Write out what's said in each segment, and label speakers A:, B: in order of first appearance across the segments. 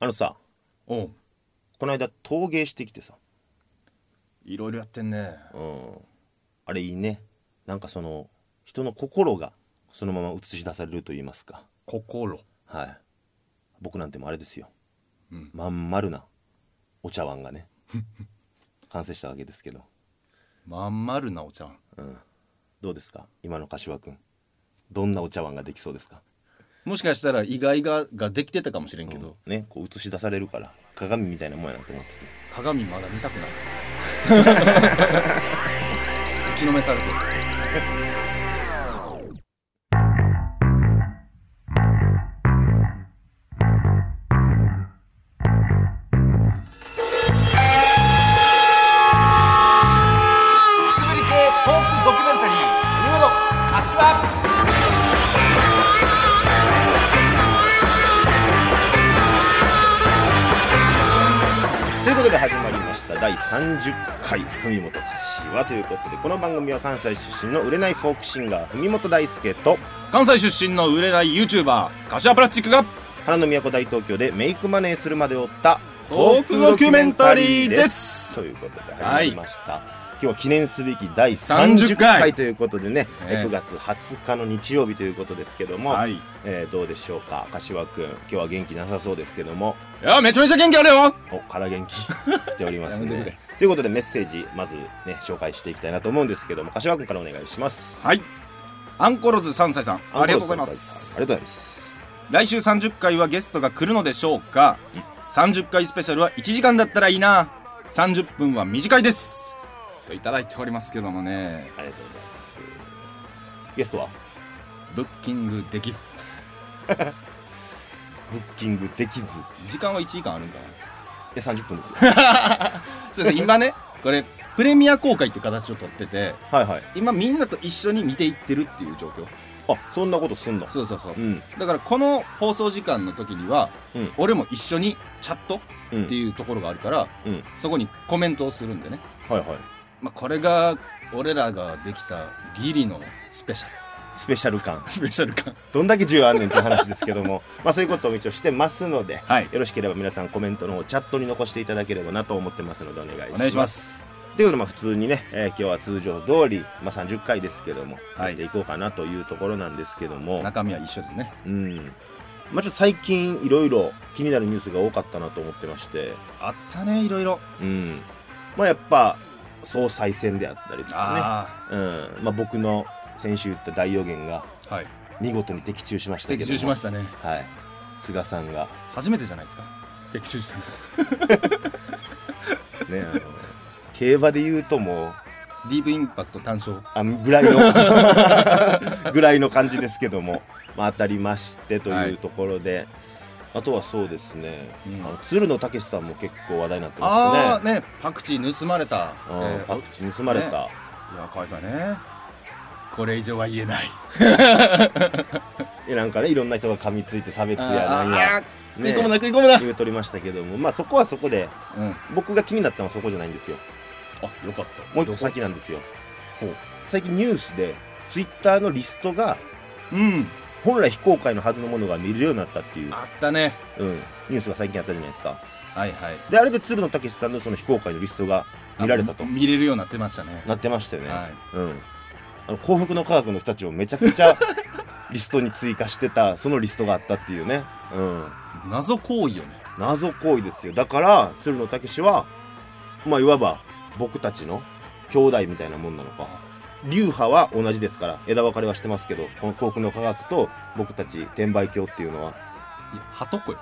A: あのさ
B: おう
A: この間陶芸してきてさ、
B: いろいろやってんね
A: うん、あれいいねなんかその人の心がそのまま映し出されると言いますか
B: 心
A: はい僕なんてもうあれですよ、
B: うん
A: まん丸なお茶碗がね 完成したわけですけど、
B: まんまるなおちゃん
A: うん、どうですか今の柏くんどんなお茶碗ができそうですか
B: もしかしたら意外がができてたかもしれんけど、
A: ねこう映し出されるから鏡みたいなもんやなと思ってて
B: 鏡まだ見たくない打ちのめされそう
C: くすぶり系トークドキュメンタリー「見事柏」
A: ということで始まりました第30回「文元柏」ということでこの番組は関西出身の売れないフォークシンガー文元大輔と
B: 関西出身の売れない YouTuber 柏プラスチックが
A: 花の都大東京でメイクマネーするまでを追った
B: トークドキュメンタリーです
A: ということで始まりました、今日は記念すべき第30
B: 30
A: 回
B: 回
A: ということでね、
B: ええ
A: 9月20日の日曜日ということですけども、
B: はいい
A: えーどうでしょうか柏君今日は元気なさそうですけども
B: やめちゃめちゃ元気あるよ
A: おから元気 来ております
B: やめてく
A: ね
B: れ。
A: ということでメッセージまずね紹介していきたいなと思うんですけども柏君からお願いします。
B: はいアンコロズ3歳さんありがとうございま
A: あ
B: す
A: りがとうございます。
B: 来週30回はゲストが来るのでしょうか30回スペシャルは1時間だったらいいな30分は短いですといただいておりますけどもね
A: ありがとうございます。ゲストは
B: ブッキングできず
A: ブッキングできずい
B: 時間は1時間あるんか
A: や30分です よ。
B: なそ うですね今ねこれプレミア公開っていう形をとってて
A: はいはい。
B: 今みんなと一緒に見ていってるっていう状況
A: あそんなことすんだ。
B: そうそうそう
A: うん
B: だからこの放送時間の時には、
A: うん
B: 俺も一緒にチャットっ
A: うん
B: ていうところがあるから、
A: うん
B: そこにコメントをするんでね
A: はいはい。
B: まあ、これが俺らができたギリのスペシャル
A: スペシャル感
B: スペシャル感
A: どんだけ重要あんねんって話ですけども まあそういうことを一応してますので、
B: はい
A: よろしければ皆さんコメントの方チャットに残していただければなと思ってますのでお願いします。
B: お願いします
A: ということで、まあ、普通にね、えー今日は通常通り、まあ、30回ですけども、
B: はい
A: やっていこうかなというところなんですけども、
B: 中身は一緒ですね
A: うんまあ、ちょっと最近いろいろ気になるニュースが多かったなと思ってまして、
B: あったねいろいろ
A: うんまあ、やっぱ総裁選であったりとか
B: あ
A: ね、うんまあ、僕の先週言った大予言が
B: あはい
A: 見事に的中しましたけども
B: 的中しましたね
A: はい、菅さんが、
B: 初めてじゃないですか的中したの
A: ね、あの競馬で言うともう
B: ディープインパクト単勝
A: あぐらいの ぐらいの感じですけども、まあ、当たりましてと
B: は
A: いう
B: い
A: ところで、あとはそうですね、
B: うん
A: あの鶴野武さんも結構話題になってま
B: あ
A: す
B: あ
A: ね
B: ねパクチー盗まれた、え
A: うん
B: ー
A: パクチー盗まれた、
B: いやかわいそうやねこれ以上は言えない
A: でなんかねいろんな人が噛みついて差別やなん
B: あ
A: や
B: ー食
A: ね
B: い込むな食い込むな、
A: 言うとりましたけども、まあ、そこはそこで
B: うん
A: 僕が気になったのはそこじゃないんですよ
B: あよかった
A: もう一個先なんですよ最近ニュースでツイッターのリストが
B: うん
A: 本来非公開のはずのものが見れるようになったっていう、
B: あったね
A: うん、ニュースが最近あったじゃないですか
B: はいはい
A: であれで鶴野武さんのその非公開のリストが見られたと
B: あ見れるようになってましたね
A: なってましたよね、
B: はい
A: うんあの幸福の科学の人たちをめちゃくち ゃリストに追加してたそのリストがあったっていうね、うん、
B: 謎行為よね
A: 謎行為ですよだから鶴野武はまあいわば僕たちの兄弟みたいなもんなのか流派は同じですから枝分かれはしてますけどこの幸福の科学と僕たち転売教っていうのはい
B: や鳩子よ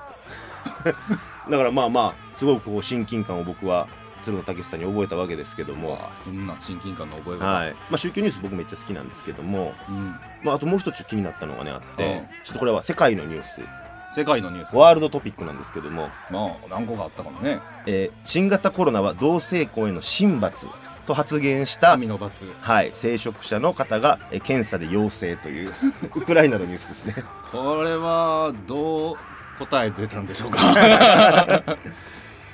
A: だからまあまあすごくこう親近感を僕は鶴野武さんに覚えたわけですけども、はい
B: こんな親近感の覚えが、
A: まあ、宗教ニュース僕めっちゃ好きなんですけども、
B: うん、
A: まあ、あともう一つ気になったのがねあって、
B: うん
A: ちょっとこれは世界のニュース
B: 世界のニュースま
A: ワールドトピックなんですけども、
B: あ何個かあったかもね
A: えー新型コロナは同性婚への神罰と発言した、
B: 神の罰
A: はい、聖職者の方が、えー検査で陽性という ウクライナのニュースですね。
B: これはどう答え出たんでしょうか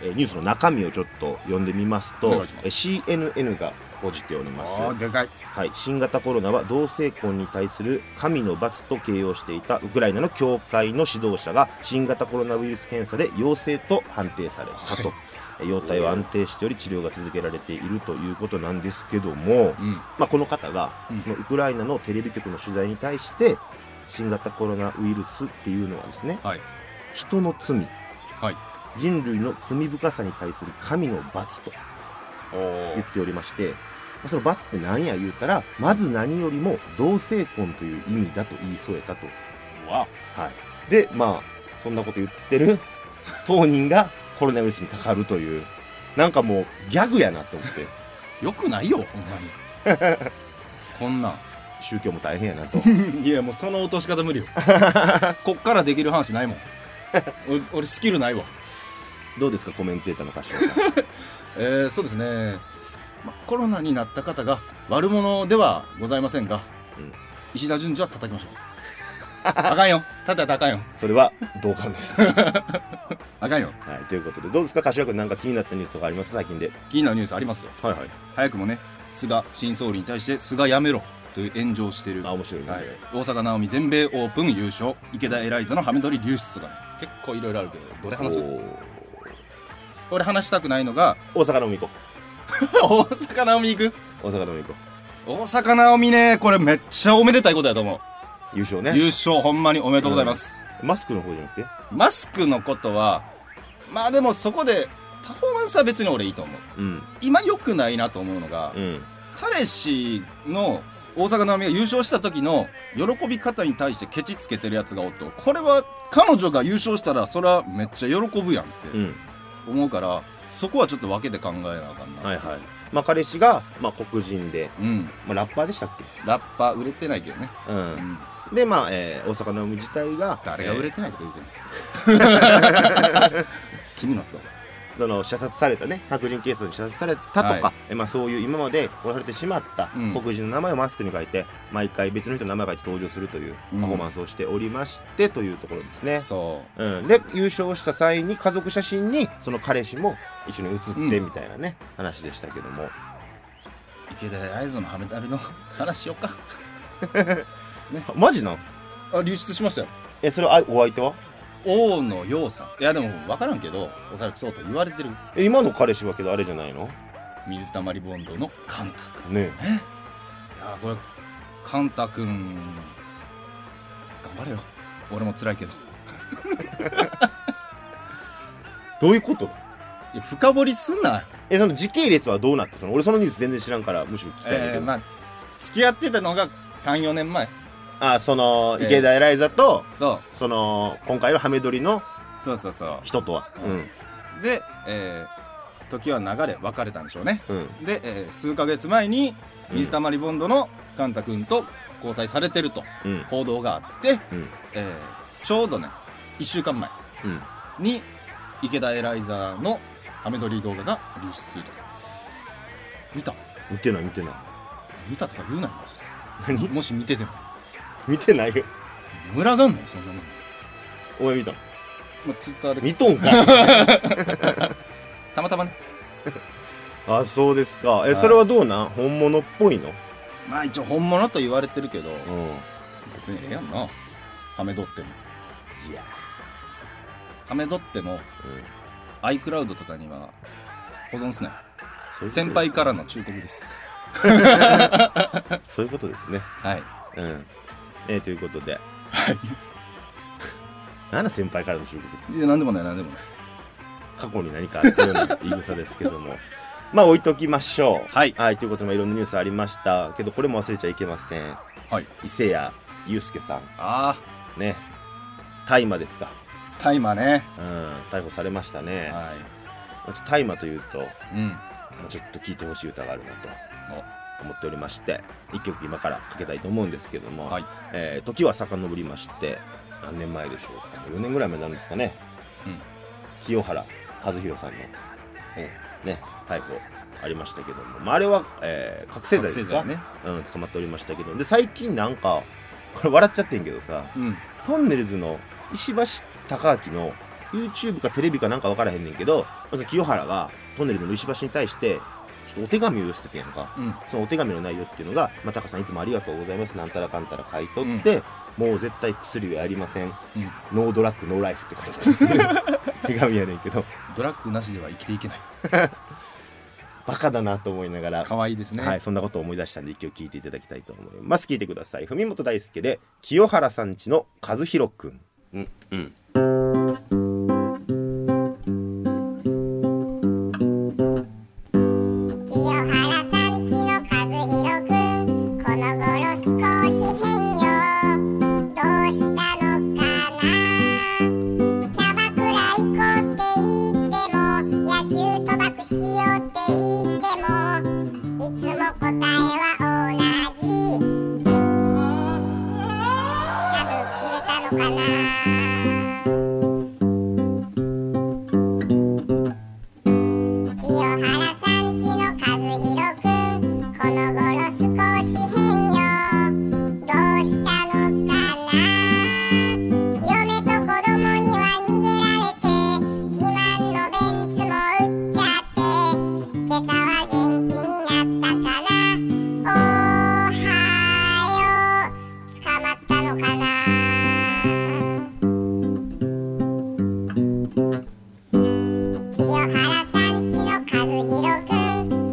A: えーニュースの中身をちょっと読んでみますと
B: お願いします
A: えー CNN が報じております
B: あーでかい
A: はい、新型コロナは同性婚に対する神の罰と形容していたウクライナの教会の指導者が新型コロナウイルス検査で陽性と判定されたと、えー容態は安定しており治療が続けられているということなんですけども、
B: うん
A: まあ、この方が
B: うん
A: そのウクライナのテレビ局の取材に対して新型コロナウイルスっていうのはですね
B: はい
A: 人の罪
B: はい
A: 人類の罪深さに対する神の罰と
B: おお
A: 言っておりまして、まあその罰って何や言うたら、まず何よりも同性婚という意味だと言い添えたと。
B: わ
A: はい。で、まあ、そんなこと言ってる 当人がコロナウイルスにかかるという、なんかもうギャグやなと思って、
B: よくないよほんまに こんなん
A: 宗教も大変やな と。
B: いやもうその落とし方無 理よこっからできる話ないもんお俺スキルないわ
A: どうですか、コメンテーターの柏さん。
B: えー、そうですね、ま、コロナになった方が悪者ではございませんが、
A: うん
B: 石田純次は叩きましょ うあかんよ叩いたらあかんよ
A: それは同感です。は
B: あかんよ
A: い。ということで、どうですか、柏君なんか気になったニュースとかあります最近で。
B: 気になるニュースありますよ
A: はいはい。
B: 早くもね菅新総理に対して菅やめろという炎上をしている
A: あ、面白いね。
B: はい
A: それ、
B: 大阪なおみ全米オープン優勝池田エライザのハメ撮り流出とかね結構いろいろあるけどどれ話す
A: おー
B: 俺話したくないの が
A: 大阪飲み行こ
B: 大阪なおみ行く
A: う。大阪飲み行こ
B: 大阪なおみねこれめっちゃおめでたいことやと思う
A: う。優勝ね。
B: 優勝ほんまにおめでとうございます、
A: マスクの方じゃなくて
B: マスクのことはまあでもそこでパフォーマンスは別に俺いいと思う
A: うん。
B: 今良くないなと思うのが、
A: うん。
B: 彼氏の大阪なおみが優勝した時の喜び方に対してケチつけてるやつがおっとこれは彼女が優勝したらそれはめっちゃ喜ぶやんって
A: うん。
B: 思うからそこはちょっと分けて考えなあかんな、
A: はいはい。まあ彼氏が、まあ、黒人で、
B: うん
A: まあ、ラッパーでしたっ
B: ラッパー売れてないけどね、
A: け、う、
B: うんん、
A: でまあ、えー大阪の海自体が
B: 誰が売れ
A: え
B: てないとか言うてんの気になったわ
A: ーその射殺されたね白人警察に射殺されたとか、
B: はい
A: えーまあ、そういう今まで殺されてしまった
B: うん
A: 黒人の名前をマスクに書いて、毎回別の人の名前を書いて登場するという
B: うん
A: パフォーマンスをしておりまして、というところですね。
B: そ
A: うん、で優勝した際に家族写真にその彼氏も一緒に写ってみたいなね、話でしたけども
B: う池田ライゾのハメタルの話しようか
A: あマジなん
B: あ流出しましたよ
A: えそれあお相手は
B: 大野陽さんいやでも分からんけどおそらくそうと言われてる
A: え今の彼氏はけどあれじゃないの
B: 水溜りボンドのカンタス君い
A: ね
B: やーこれカンタ君頑張れよ俺も辛いけど
A: えどういうこと
B: いや深掘りすんな
A: えその時系列はどうなってその俺そのニュース全然知らんからむしろ聞きたいんだけど、
B: えーまあ付き合ってたのが34年前
A: あその
B: えー
A: 池田エライザと、
B: そう
A: その今回のハメ撮りの
B: そうそうそ
A: 人とはう
B: うで、えー時は流れ別れたんでしょうね
A: んうん
B: で、えー数ヶ月前に水溜りボンドのカンタ君と交際されてると
A: うん
B: 報道があって、
A: うん
B: えーちょうどね1週間前
A: うん
B: に池田エライザーのハメ撮り動画が流出すると見た
A: 見てない見てない
B: 見たとか言うなよマジで
A: 何
B: もし見てても
A: 見てないよ
B: 群がんのよそんなもん、
A: お前見たの
B: まあ、ツイッターで
A: 見とん かい
B: たまたまね
A: あそうですか
B: は
A: え
B: い
A: それはどうなん本物っぽいの
B: まあ一応本物と言われてるけど
A: うん
B: 別にええやんなハメ撮っても
A: いや
B: ハメ撮っても iCloud とかには保存すね
A: うん
B: 先輩からの忠告です
A: そういうことですね
B: はい
A: うんえーということではい 何だ先輩からの忠告って
B: いや何でもない何でもない
A: 過去に何かあったような言い草ですけども まあ置いときましょう
B: はい
A: はいということでまあいろんなニュースありましたけどこれも忘れちゃいけません
B: はい
A: 伊勢谷友介さん
B: あ
A: ね大麻ですか
B: あタイマーね
A: うん逮捕されましたねま
B: はい
A: あちょっと大麻というと、ま
B: うん
A: あちょっと聞いてほしい歌があるなと
B: お
A: 思っておりまして一曲今からかけたいと思うんですけども、
B: はい
A: えー時は遡りまして何年前でしょうか4年ぐらい前になるんですかね、
B: うん
A: 清原和博さんの、えーね、逮捕ありましたけども、まあ、あれは、えー覚醒剤ですか、
B: 覚醒剤ね
A: うん、捕まっておりましたけどで最近なんかこれ笑っちゃってんけどさ
B: うん
A: トンネルズの石橋貴明の YouTube かテレビかなんか分からへんねんけど清原がトンネルズの石橋に対してちょっとお手紙を寄せててやんか、
B: うん
A: そのお手紙の内容っていうのが「まあ、タカさんいつもありがとうございます」なんたらかんたら書いとって、もう絶対薬はやりません、ノードラッグノーライフって書いて ある手紙やねんけど
B: ドラッグなしでは生きていけない
A: バカだなと思いながら
B: 可愛いですね、
A: はい、そんなことを思い出したんで一曲聴いていただきたいと思います聴いてください文元大輔で清原さんちの和弘くんうんうん
D: 清原さんちの和弘くんこの頃少し変よどうしたのかなキャバクラ行こうって言っても野球賭博しようって言ってもいつも答えは同じシャブ切れたのかな清原さんちの和弘くんこの頃少し変よどうしたのかな嫁と子供には逃げられて自慢のベンツも売っちゃって今朝は元気になったからおはよう捕まったのかな清原さんちの和弘くん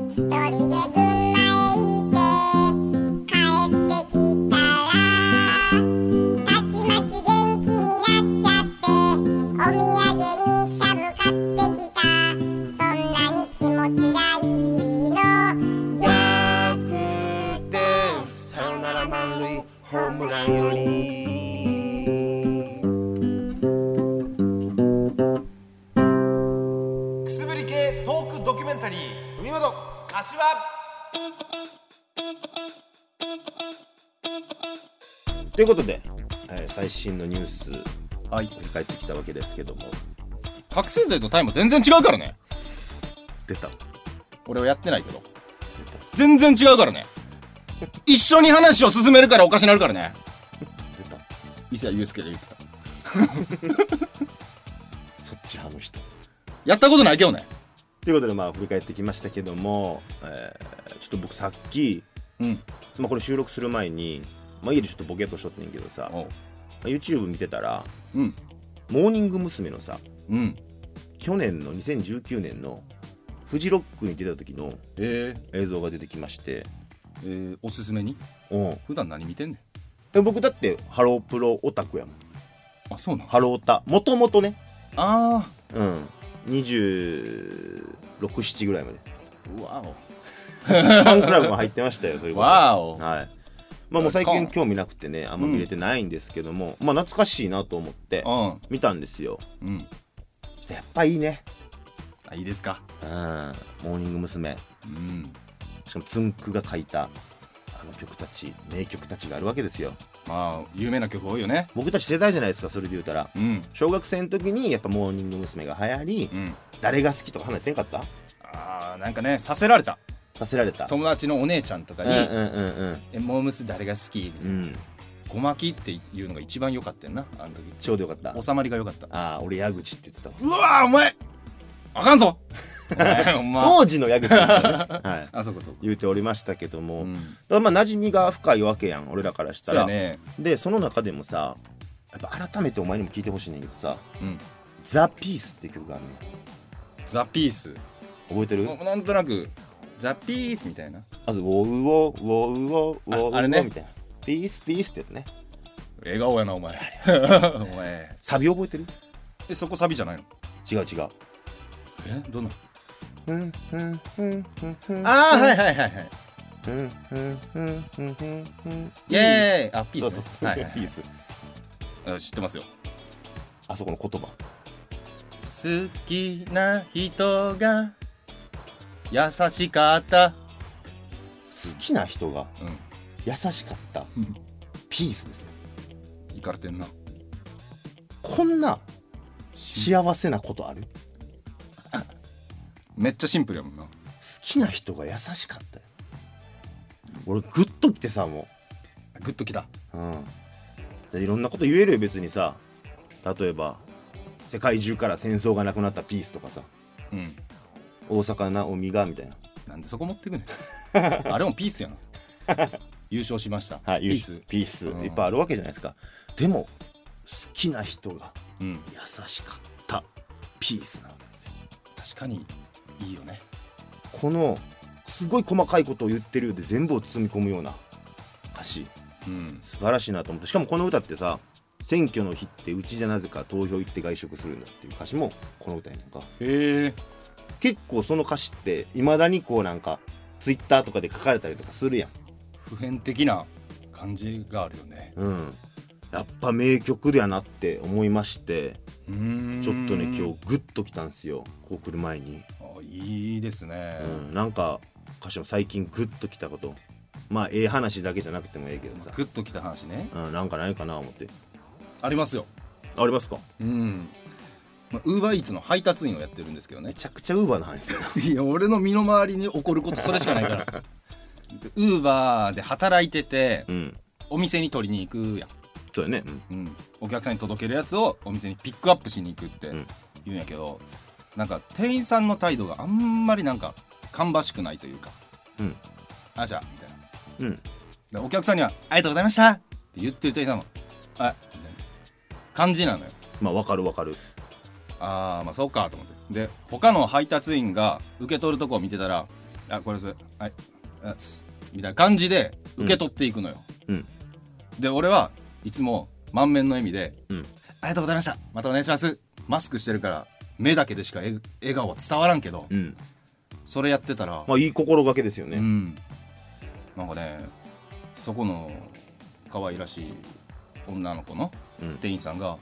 D: 一人で群馬へ行って帰ってきたらたちまち元気になっちゃってお土産にしゃぶ買ってきたそんなに気持ちがいいの逆転
C: さよなら満塁ホームランよりくすぶり系トークドキュメンタリー海本柏
A: ということで、えー最新のニュース
B: はい
A: 振り返ってきたわけですけども
B: 覚醒剤と大麻全然違うからね
A: 出た
B: 俺はやってないけど全然違うからね一緒に話を進めるからおかしなるからね
A: 出た
B: 伊勢谷友介が言ってた
A: そっち派の人
B: やったことないけどね
A: ということでまあ振り返ってきましたけども、えーちょっと僕さっき、
B: うん
A: まあ、これ収録する前に、まあ、家でちょっとボケっとしとってんけどさ、ま
B: おう
A: あ YouTube 見てたら
B: うん
A: モーニング娘。のさ
B: うん
A: 去年の2019年のフジロックに出た時の
B: えー、
A: 映像が出てきまして、
B: えー、おすすめに
A: うん、
B: 普段何見てんね
A: で僕だってハロープロオタクやもん
B: んあそうなの
A: ハロータもともとね
B: あ
A: うん267ぐらいまで
B: ーわ
A: ファンクラブも入ってましたよそれ
B: お
A: こそ
B: わお
A: はいまあもう最近興味なくてねあんま
B: うん
A: 見れてないんですけども、まあ懐かしいなと思って見たんですよ
B: うんうん
A: そしてやっぱいいね
B: あいいですか
A: うんモーニング娘。
B: うん
A: しかもつんくが書いたあの曲たち名曲たちがあるわけですよ
B: まあ有名な曲多いよね
A: 僕たち世代じゃないですかそれで言うたら
B: うん
A: 小学生の時にやっぱモーニング娘。が流行り、
B: うん
A: 誰が好きとか話せんかった
B: あーなんかねさせられた
A: させられた
B: 友達のお姉ちゃんとか
A: うん
B: に
A: うんうん
B: 「えモームス誰が好き?」
A: うんうん
B: ごまきっていうのが一番良かったよなあの時
A: ちょうどよかった
B: 収まりが良かった
A: ああ俺矢口って言ってたわ
B: うわーお前あかんぞお前 お前
A: 当時の矢口ですよね、はい、
B: あそうかそうか
A: 言うておりましたけども、
B: うん
A: だからまあ馴染みが深いわけやん俺らからした
B: そう
A: ら、
B: やね
A: でその中でもさやっぱ改めてお前にも聞いてほしいねんだけどさ
B: うん
A: 「ザ・ピースっていう曲があるの
B: ザ・ピース
A: 覚えてる
B: もうなんとなくザ・ピースみたいな
A: あと「ウォウウォウォウウォウォウォウ
B: ああれね
A: みたいな「ピースピース」ってやつね
B: 笑顔やなお 前お前
A: サビ覚えてる
B: えそこサビじゃないの
A: 違う違う
B: えどんな
A: うんうんうんうんうん
B: ああはいはいはいはい
A: うんうんうんうんうんうん
B: イエーイあピ
A: そ
B: ー
A: う
B: ス
A: そう
B: ね
A: そう
B: はいはい
A: ピース
B: はいあ知ってますよ
A: あそこの言葉
B: 好きな人が優しかった
A: 好きな人が
B: うん
A: 優しかった
B: うん
A: ピースですよ
B: いかれてんな
A: こんな幸せなことある好
B: めっちゃシンプルやもんな
A: きな人が優しかったよ俺グッときてさも
B: グッときた
A: う、うんで、いろんなこと言えるよ別にさ例えば世界中から戦争がなくなったピースとかさ
B: うん
A: 大阪なおみがみたいな
B: なんでそこ持ってくね んあれもピースやな 優勝しました、
A: はい、
B: ピ
A: ピ
B: ー
A: ー
B: ス
A: スピース
B: うん
A: いっぱいあるわけじゃないですか、でも好きな人が
B: うん
A: 優しかったピースなんですよ
B: 確かにいいよね
A: このすごい細かいことを言ってるようで全部を包み込むような歌詞
B: うん
A: 素晴らしいなと思ってしかもこの歌ってさ「選挙の日ってうちじゃなぜか投票行って外食するんだ」っていう歌詞もこの歌やなんか
B: へえ
A: 結構その歌詞っていまだにこうなんかツイッターとかで書かれたりとかするやん
B: 普遍的な感じがあるよね
A: うんやっぱ名曲だなって思いまして
B: うーん
A: ちょっとね今日グッときたんですよこう来る前に、
B: あいいですね、
A: うん、なんか歌詞も最近グッときたことまあええ話だけじゃなくてもええけどさ、
B: グッときた話ね
A: うん、なんかないかな思って
B: ありますよ
A: ありますか
B: うんウーバーイーツの配達員をやってるんですけどね
A: めちゃくちゃウーバーの話する
B: いや俺の身の回りに起こることそれしかないから ウーバーで働いてて
A: うん
B: お店に取りに行くやん
A: そうやね、うん
B: うん、お客さんに届けるやつをお店にピックアップしに行くって
A: ん
B: 言うんやけど、なんか店員さんの態度があんまりなんか芳しくないというか「
A: うん
B: あじゃあ」みたいな
A: うん
B: でお客さんには「ありがとうございました」って言ってる店員さんも「あみたいな感じなのよ
A: まあわかるわかる
B: あーまあそうかと思ってで他の配達員が受け取るとこを見てたら「あこれですはいあすみたいな感じで受け取っていくのよ、
A: うん
B: で俺はいつも満面の笑みで「
A: うん
B: ありがとうございましたまたお願いします」マスクしてるから目だけでしかえ笑顔は伝わらんけど、
A: うん
B: それやってたら、
A: まあいい心がけですよね、
B: うんなんかねそこの可愛らしい女の子の
A: うん
B: 店員さんが、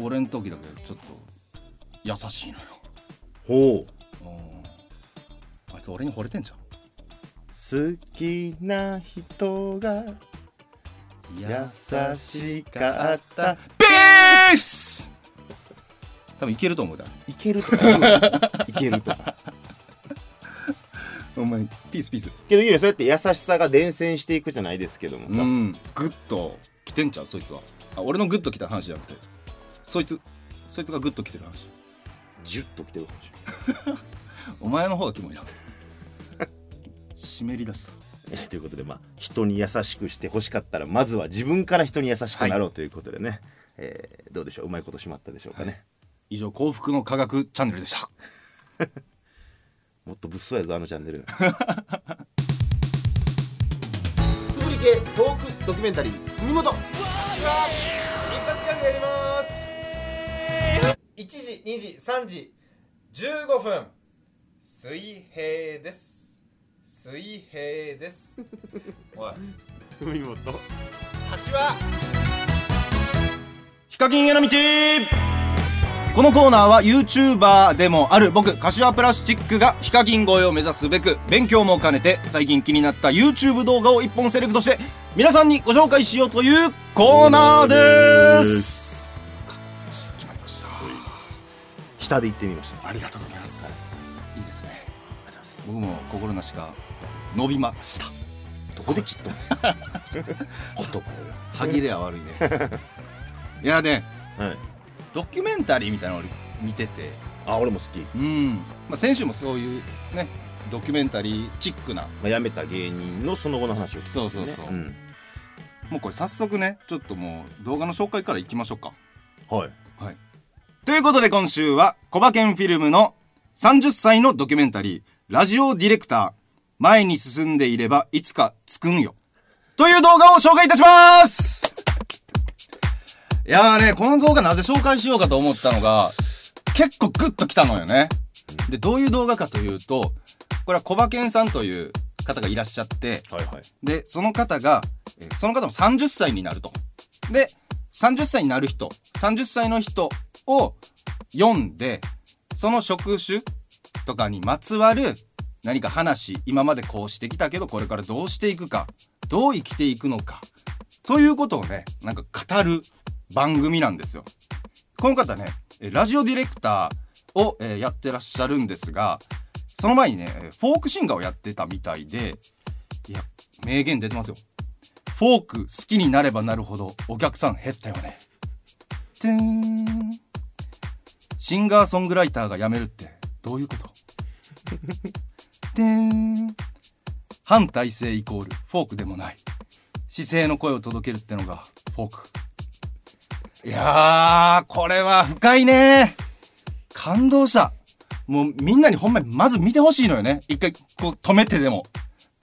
B: 俺ん時だけちょっと優しいのよ
A: ほう
B: あいつ俺に惚れてんじ
A: 好きな人が
B: ゃん
A: 優しかった
B: ベース多分いけると思うだ
A: いけるとか言うわいけるとか
B: お前ピースピース
A: けどいいよそうやって優しさが伝染していくじゃないですけども
B: う
A: さ、
B: んグッと来てんちゃうそいつはあ俺のグッと来た話じゃなくてそいつそいつがグッと来てる話
A: ジュッときてるかもしれない
B: お前の方がキモいな 湿り出した
A: えーということで、まあ、人に優しくしてほしかったらまずは自分から人に優しくなろうということでね、えーどうでしょううまいことしまったでしょうかね、
B: 以上幸福の科学チャンネルでした
A: もっと物騒やぞあのチャンネル
C: つぶり系トークドキュメンタリー国本一発ギャグやります1時2時3時15分水平です水平ですおい
A: 海本
C: 橋は
B: ヒカキンへの道このコーナーは YouTuber でもある僕、柏プラスチックがヒカキン越えを目指すべく勉強も兼ねて最近気になった YouTube 動画を一本セレクトして皆さんにご紹介しようというコーナーです決まりました。
A: 下で行ってみました
B: ありがとうございます。いいですね。僕も心なしか伸びました。
A: どこで切ったの 言葉
B: 歯切れは悪いね。 いやね、
A: がはい
B: ドキュメンタリーみたいなのを見てて、
A: あ俺も好き、ま
B: うんまあ、先週もそういうねドキュメンタリーチックな
A: あ、辞めた芸人のその後の話を聞く、ね、
B: そうそうそう
A: うん、
B: もうこれ早速ねちょっともう動画の紹介からいきましょうか
A: はい
B: はいということで今週はコバケンフィルムの30歳のドキュメンタリー「ラジオディレクター前に進んでいればいつかつくんよ」という動画を紹介いたしますいやーねこの動画なぜ紹介しようかと思ったのが結構グッときたのよねでどういう動画かというとこれはコバケンさんという方がいらっしゃって
A: はいはい
B: でその方がえーその方も30歳になるとで30歳になる人30歳の人を読んでその職種とかにまつわる何か話今までこうしてきたけどこれからどうしていくかどう生きていくのかということをねなんか語る番組なんですよ。この方ねえーラジオディレクターをえーやってらっしゃるんですがその前にねえーフォークシンガーをやってたみたいでいや名言出てますよフォーク好きになればなるほどお客さん減ったよねてーんシンガーソングライターが辞めるってどういうことてて反体制イコールフォークでもない姿勢の声を届けるってのがフォークいやーこれは深いね感動したもうみんなにほんまにまず見てほしいのよね一回こう止めてでも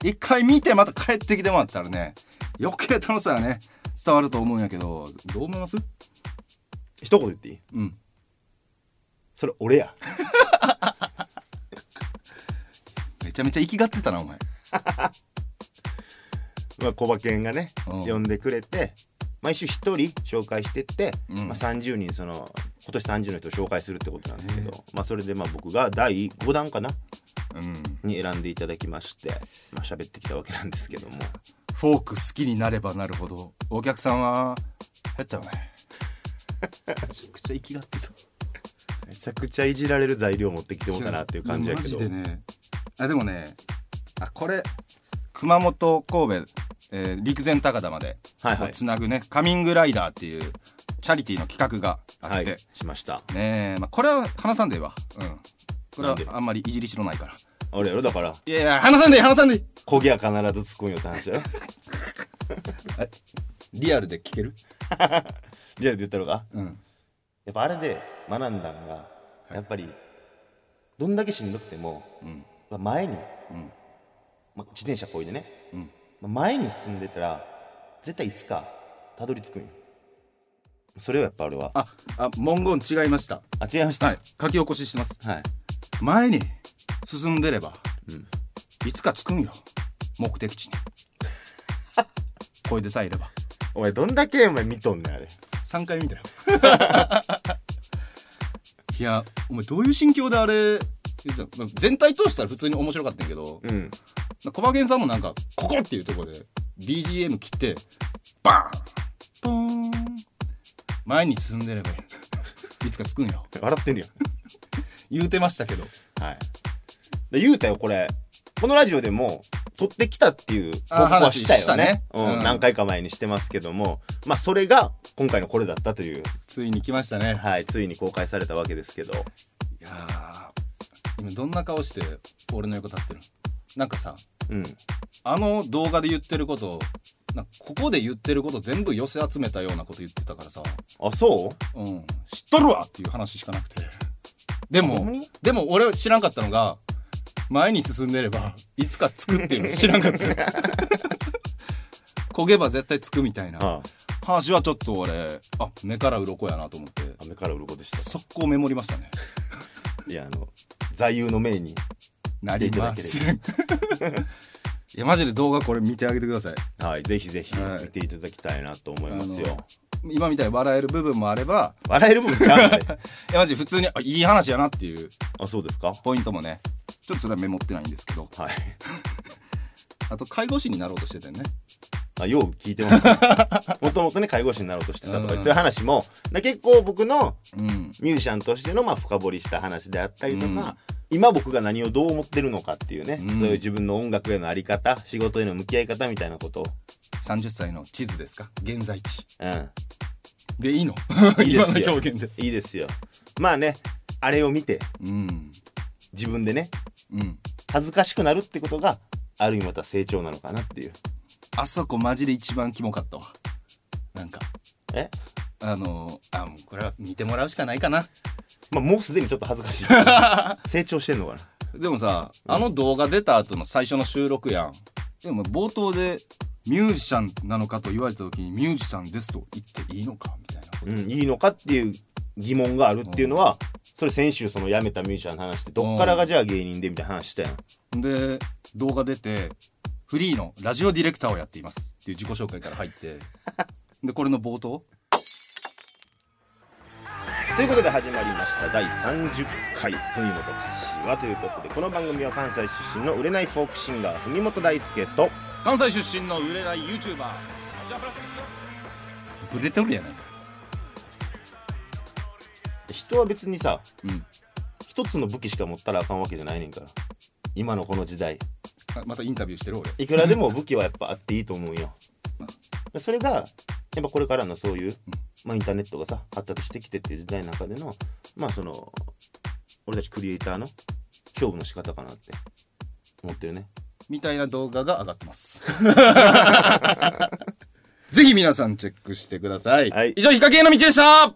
B: 一回見てまた帰ってきてもらったらね余計楽しさがね伝わると思うんやけどどう思います
A: 一言言っていい
B: うん
A: それ俺や
B: めちゃめちゃ生きがってたなお前
A: まあ、小馬犬がね、
B: うん
A: 呼んでくれて毎週1人紹介してって、
B: うん
A: まあ、30人その今年30の人を紹介するってことなんですけど、まあ、それでまあ僕が第5弾かな
B: うん
A: に選んでいただきまして、まあ喋ってきたわけなんですけども
B: フォーク好きになればなるほどお客さんは減ったよね
A: めちゃくちゃ生きがってためちゃくちゃいじられる材料持ってきてもうたなっていう感じやけど
B: いやマジでねあでもねあこれ熊本神戸、えー陸前高田まで
A: はいはい
B: つなぐね、カミングライダーっていうチャリティーの企画があ
A: は
B: って、
A: いしました
B: ねえ、まあ、これは話さんでええわうんこれ
A: な
B: は
A: んで
B: あんまりいじりしろないから
A: 俺やろだから
B: いやいや話さんでいい話さんでいい
A: 焦げは必ずつくんよって話 やろ
B: リアルで聞ける
A: リアルで言ったのか
B: うん
A: やっぱあれで学んだんが、やっぱりどんだけしんどくても、まあ前に、まあ、自転車こいでね、まあ前に進んでたら絶対いつかたどり着くんよそれをやっぱ俺はあ
B: ああ文言違いました
A: 違いました
B: はい書き起こししてます
A: はい
B: 前に進んでれば、いつか着くんよ目的 地にこれでさえいれば
A: お前どんだけお前見とんねんあれ
B: 3回見たよ いやお前どういう心境であれ言ってたの全体通したら普通に面白かったんやけど
A: うん
B: コバゲンさんもなんか「ここ!」っていうところで BGM 切ってバーンポーン前に進んでればいい いつか着くんよ
A: 笑ってる
B: 言うてましたけど
A: やんはいで言うたよこれこのラジオでも撮ってきたっていう報
B: あ
A: 告は
B: 話
A: したよね
B: したね
A: う、
B: うんん
A: 何回か前にしてますけどもまあそれが今回のこれだったという
B: ついに来ましたね
A: はい、ついに公開されたわけですけど、
B: いやー今どんな顔して俺の横立ってるのなんかさ
A: うん、
B: あの動画で言ってることをなんかここで言ってること全部寄せ集めたようなこと言ってたからさ「
A: あそう
B: うん知っとるわ!」っていう話しかなくてで
A: ほんま
B: も
A: に
B: でも俺は知らんかったのが前に進んでればいつかつくっていうの知ら んかった焦げば絶対つくみたいな
A: あ
B: 話はちょっと俺あ目から鱗やなと思って
A: あ目から鱗でした
B: 速攻メモりましたね
A: いやあの座右の銘に
B: な
A: り
B: り
A: ま
B: ま
A: せ
B: せん。い やマジで動画これ見てあげてください。
A: はいぜひぜひ
B: はい
A: 見ていただきたいなと思いますよ、
B: あの今みたいに笑える部分もあれば、
A: 笑えるもんちゃうんで
B: いやマジで普通にあいい話やなっていう
A: あそうですか
B: ポイントもね、ちょっとそれはメモってないんですけど、
A: はい
B: あと介護士になろうとしててね。
A: あよう聞いてますねもともとね介護士になろうとしてたとか
B: うん
A: そういう話もな結構僕の
B: うん。
A: ミュージシャンとしてのまあ深掘りした話であったりとか、
B: うん
A: 今僕が何をどう思ってるのかっていうね、
B: うん
A: そういう自分の音楽へのあり方仕事への向き合い方みたいなことを、
B: 三十歳の地図ですか？現在地
A: うん、
B: で いいの？
A: いいですよ
B: 今の表現で。
A: いいですよまあねあれを見て
B: うん。
A: 自分でね
B: うん。
A: 恥ずかしくなるってことがある意味また成長なのかなっていう
B: あそこマジで一番キモかったわ。なんか
A: え
B: あのあもうこれは見てもらうしかないかな。
A: まあもうすでにちょっと恥ずかしい 成長してんのかな
B: でもさ、あの動画出た後の最初の収録やんでも冒頭でミュージシャンなのかと言われた時にミュージシャンですと言っていいのかみたいなこと、
A: うんいいのかっていう疑問があるっていうのはそれ先週その辞めたミュージシャンの話でどっからがじゃあ芸人でみたいな話したやん
B: で動画出てフリーのラジオディレクターをやっていますっていう自己紹介から入ってでこれの冒頭
A: ということで始まりました第30回「文元柏」ということでこの番組は関西出身の売れないフォークシンガー文元大輔と
B: 関西出身の売れない YouTuber ブレとるやないか
A: 人は別にさ
B: うん
A: 一つの武器しか持ったらあかんわけじゃないねんから今のこの時代
B: あまたインタビューしてる俺
A: いくらで も武器はやっぱあっていいと思うよ。それがやっぱこれからのそういう、まあ、インターネットがさ発達してきてっていう時代の中でのまあその俺たちクリエイターの勝負の仕方かなって思ってるね
B: みたいな動画が上がって ます。ぜひ皆さんチェックしてください。
A: はい
B: 以上、ヒカキンへの道でした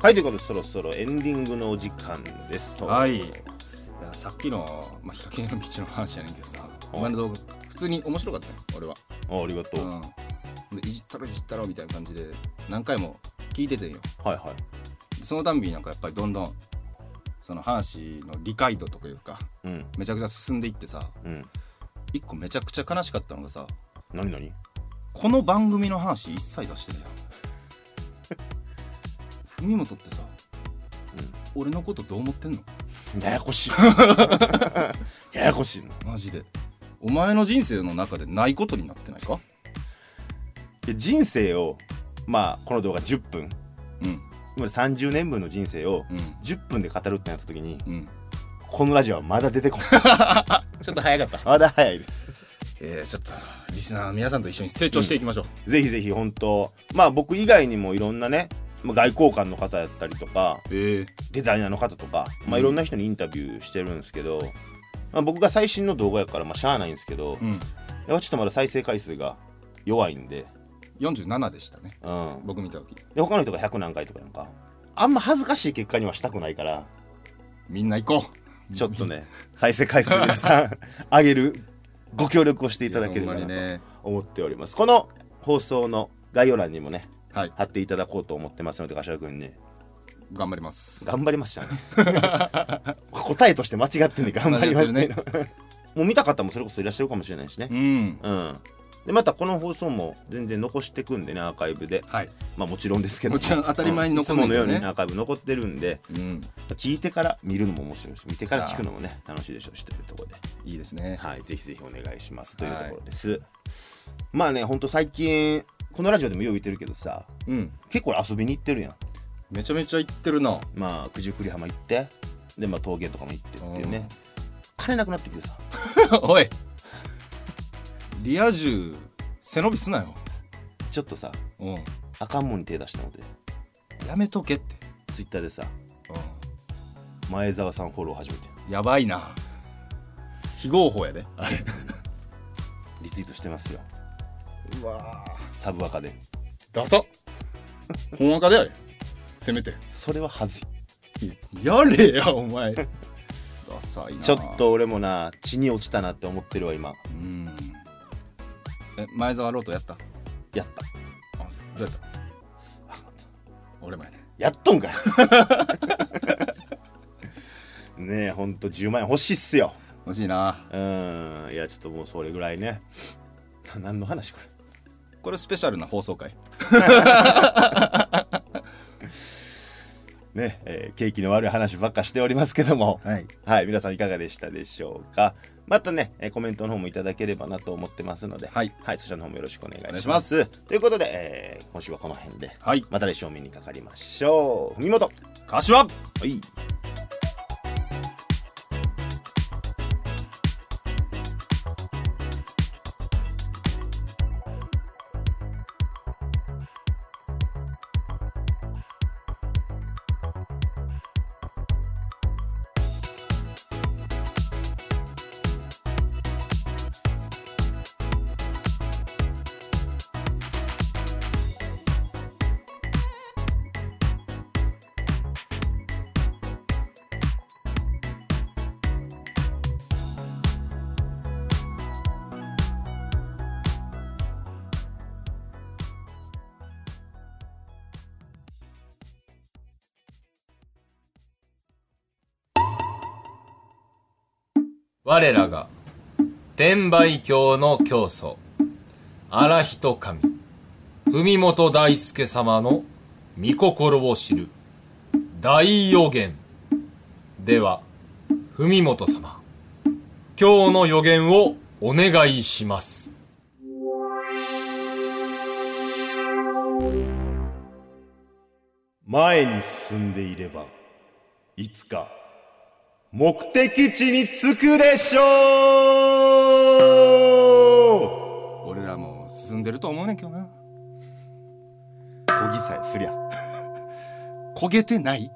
A: はいということでそろそろエンディングのお時間ですと
B: はい。いやさっきの、まあ、ヒカキンへの道の話やねんけどさ、お前の動画、普通に面白かったよ、俺は。
A: あありがとう、はい
B: うん。でいじったろいじったろみたいな感じで、何回も聞いててんよ。
A: は
B: そのたんびになんかやっぱりどんどん、その話の理解度とかいうか、
A: いうん
B: めちゃくちゃ進んでいってさ、
A: うん
B: 一個めちゃくちゃ悲しかったのがさ、
A: 何何
B: この番組の話一切出し てるじゃん文元ってさ、俺のことどう思ってんの
A: ややこ しいややこしいな
B: マジでお前の人生の中でないことになってないか
A: で人生をまあこの動画10分
B: うん
A: 今30年分の人生を
B: うん
A: 10分で語るってなった時に
B: うん
A: このラジオはまだ出てこない
B: ちょっと早かった
A: まだ早いです
B: えー、ちょっとリスナーの皆さんと一緒に成長していきましょう、
A: ぜひぜひ本当まあ僕以外にもいろんなねまあ外交官の方やったりとか
B: えー、
A: デザイナーの方とか、ま
B: うん
A: あ、いろんな人にインタビューしてるんですけど、まあ、僕が最新の動画やからまあしゃあないんですけど、
B: うん
A: やっぱちょっとまだ再生回数が弱いんで,、
B: 47でしたね
A: うん、
B: 僕見た時
A: で他の人が100何回とかなんかあんま恥ずかしい結果にはしたくないから
B: みんな行こう
A: ちょっとね再生回数皆さん上げるご協力をしてい
B: い
A: ただけれ
B: ほ
A: ば
B: ん
A: な
B: まに
A: と
B: ね
A: 思っております、この放送の概要欄にもね
B: はい
A: 貼っていただこうと思ってますので柏君に
B: 頑張ります
A: 頑張りましたね 答えとして間違ってんで頑張りましたね もう見た方もそれこそいらっしゃるかもしれないしね
B: うん
A: うんでまたこの放送も全然残してくんでねアーカイブで
B: はい
A: まあもちろんですけど
B: もちろん当たり前に残
A: う
B: る
A: んい
B: んだ
A: つも
B: よ
A: の
B: ね
A: ようにねアーカイブ残ってるんで
B: うん
A: 聞いてから見るのも面白いし見てから聞くのもね楽しいでしょうしというところで
B: いいですね
A: はいぜひぜひお願いしますという
B: はい
A: ところです、まあねほんと最近このラジオでもよう言ってるけどさ
B: うん
A: 結構遊びに行ってるやん
B: めちゃめちゃ行ってるな
A: まあ九十九里浜行ってでまあ峠とかも行ってっていう
B: う
A: ね
B: ん
A: 金なくなってくるさ
B: おいリア充背伸びすなよ、
A: ちょっとさ
B: う
A: あかんもんに手出したので
B: ん、やめとけって、
A: ツイッターでさ前澤さんフォロー始めて
B: やばいな非合法やであれ
A: リツイートしてますよ
C: うわー
A: サブアカで
B: ダサ本赤でやれせめて
A: それははずい
B: やれやお前ダサいな
A: ちょっと俺もな血に落ちたなって思ってるわ今
B: うんえ前澤ロートやったあ
A: やった
B: どうやった俺もやね
A: やっとんかい ねえほんと10万円欲しいっすよ
B: 欲しいな
A: うんいやちょっともうそれぐらいねな何の話これ
B: これスペシャルな放送回
A: ねえー景気の悪い話ばっかしておりますけども
B: はい
A: はい、皆さんいかがでしたでしょうか。またね、えーコメントの方もいただければなと思ってますので、
B: はい、
A: そちらの方もよろしくお願いし
B: お
A: ま
B: 願い
A: す。
B: します
A: ということで、えー今週はこの辺で、
B: はい
A: また来週お目にかかりましょう。文元、
B: 柏
A: はい。
E: 我らが天売教の教祖荒人神文本大輔様の御心を知る大予言では文本様今日の予言をお願いします
A: 前に進んでいれば、いつか、目的地に着くでしょう
B: 俺らも進んでると思うねんけどな
A: 東ぎさえすりゃ
B: 焦げてない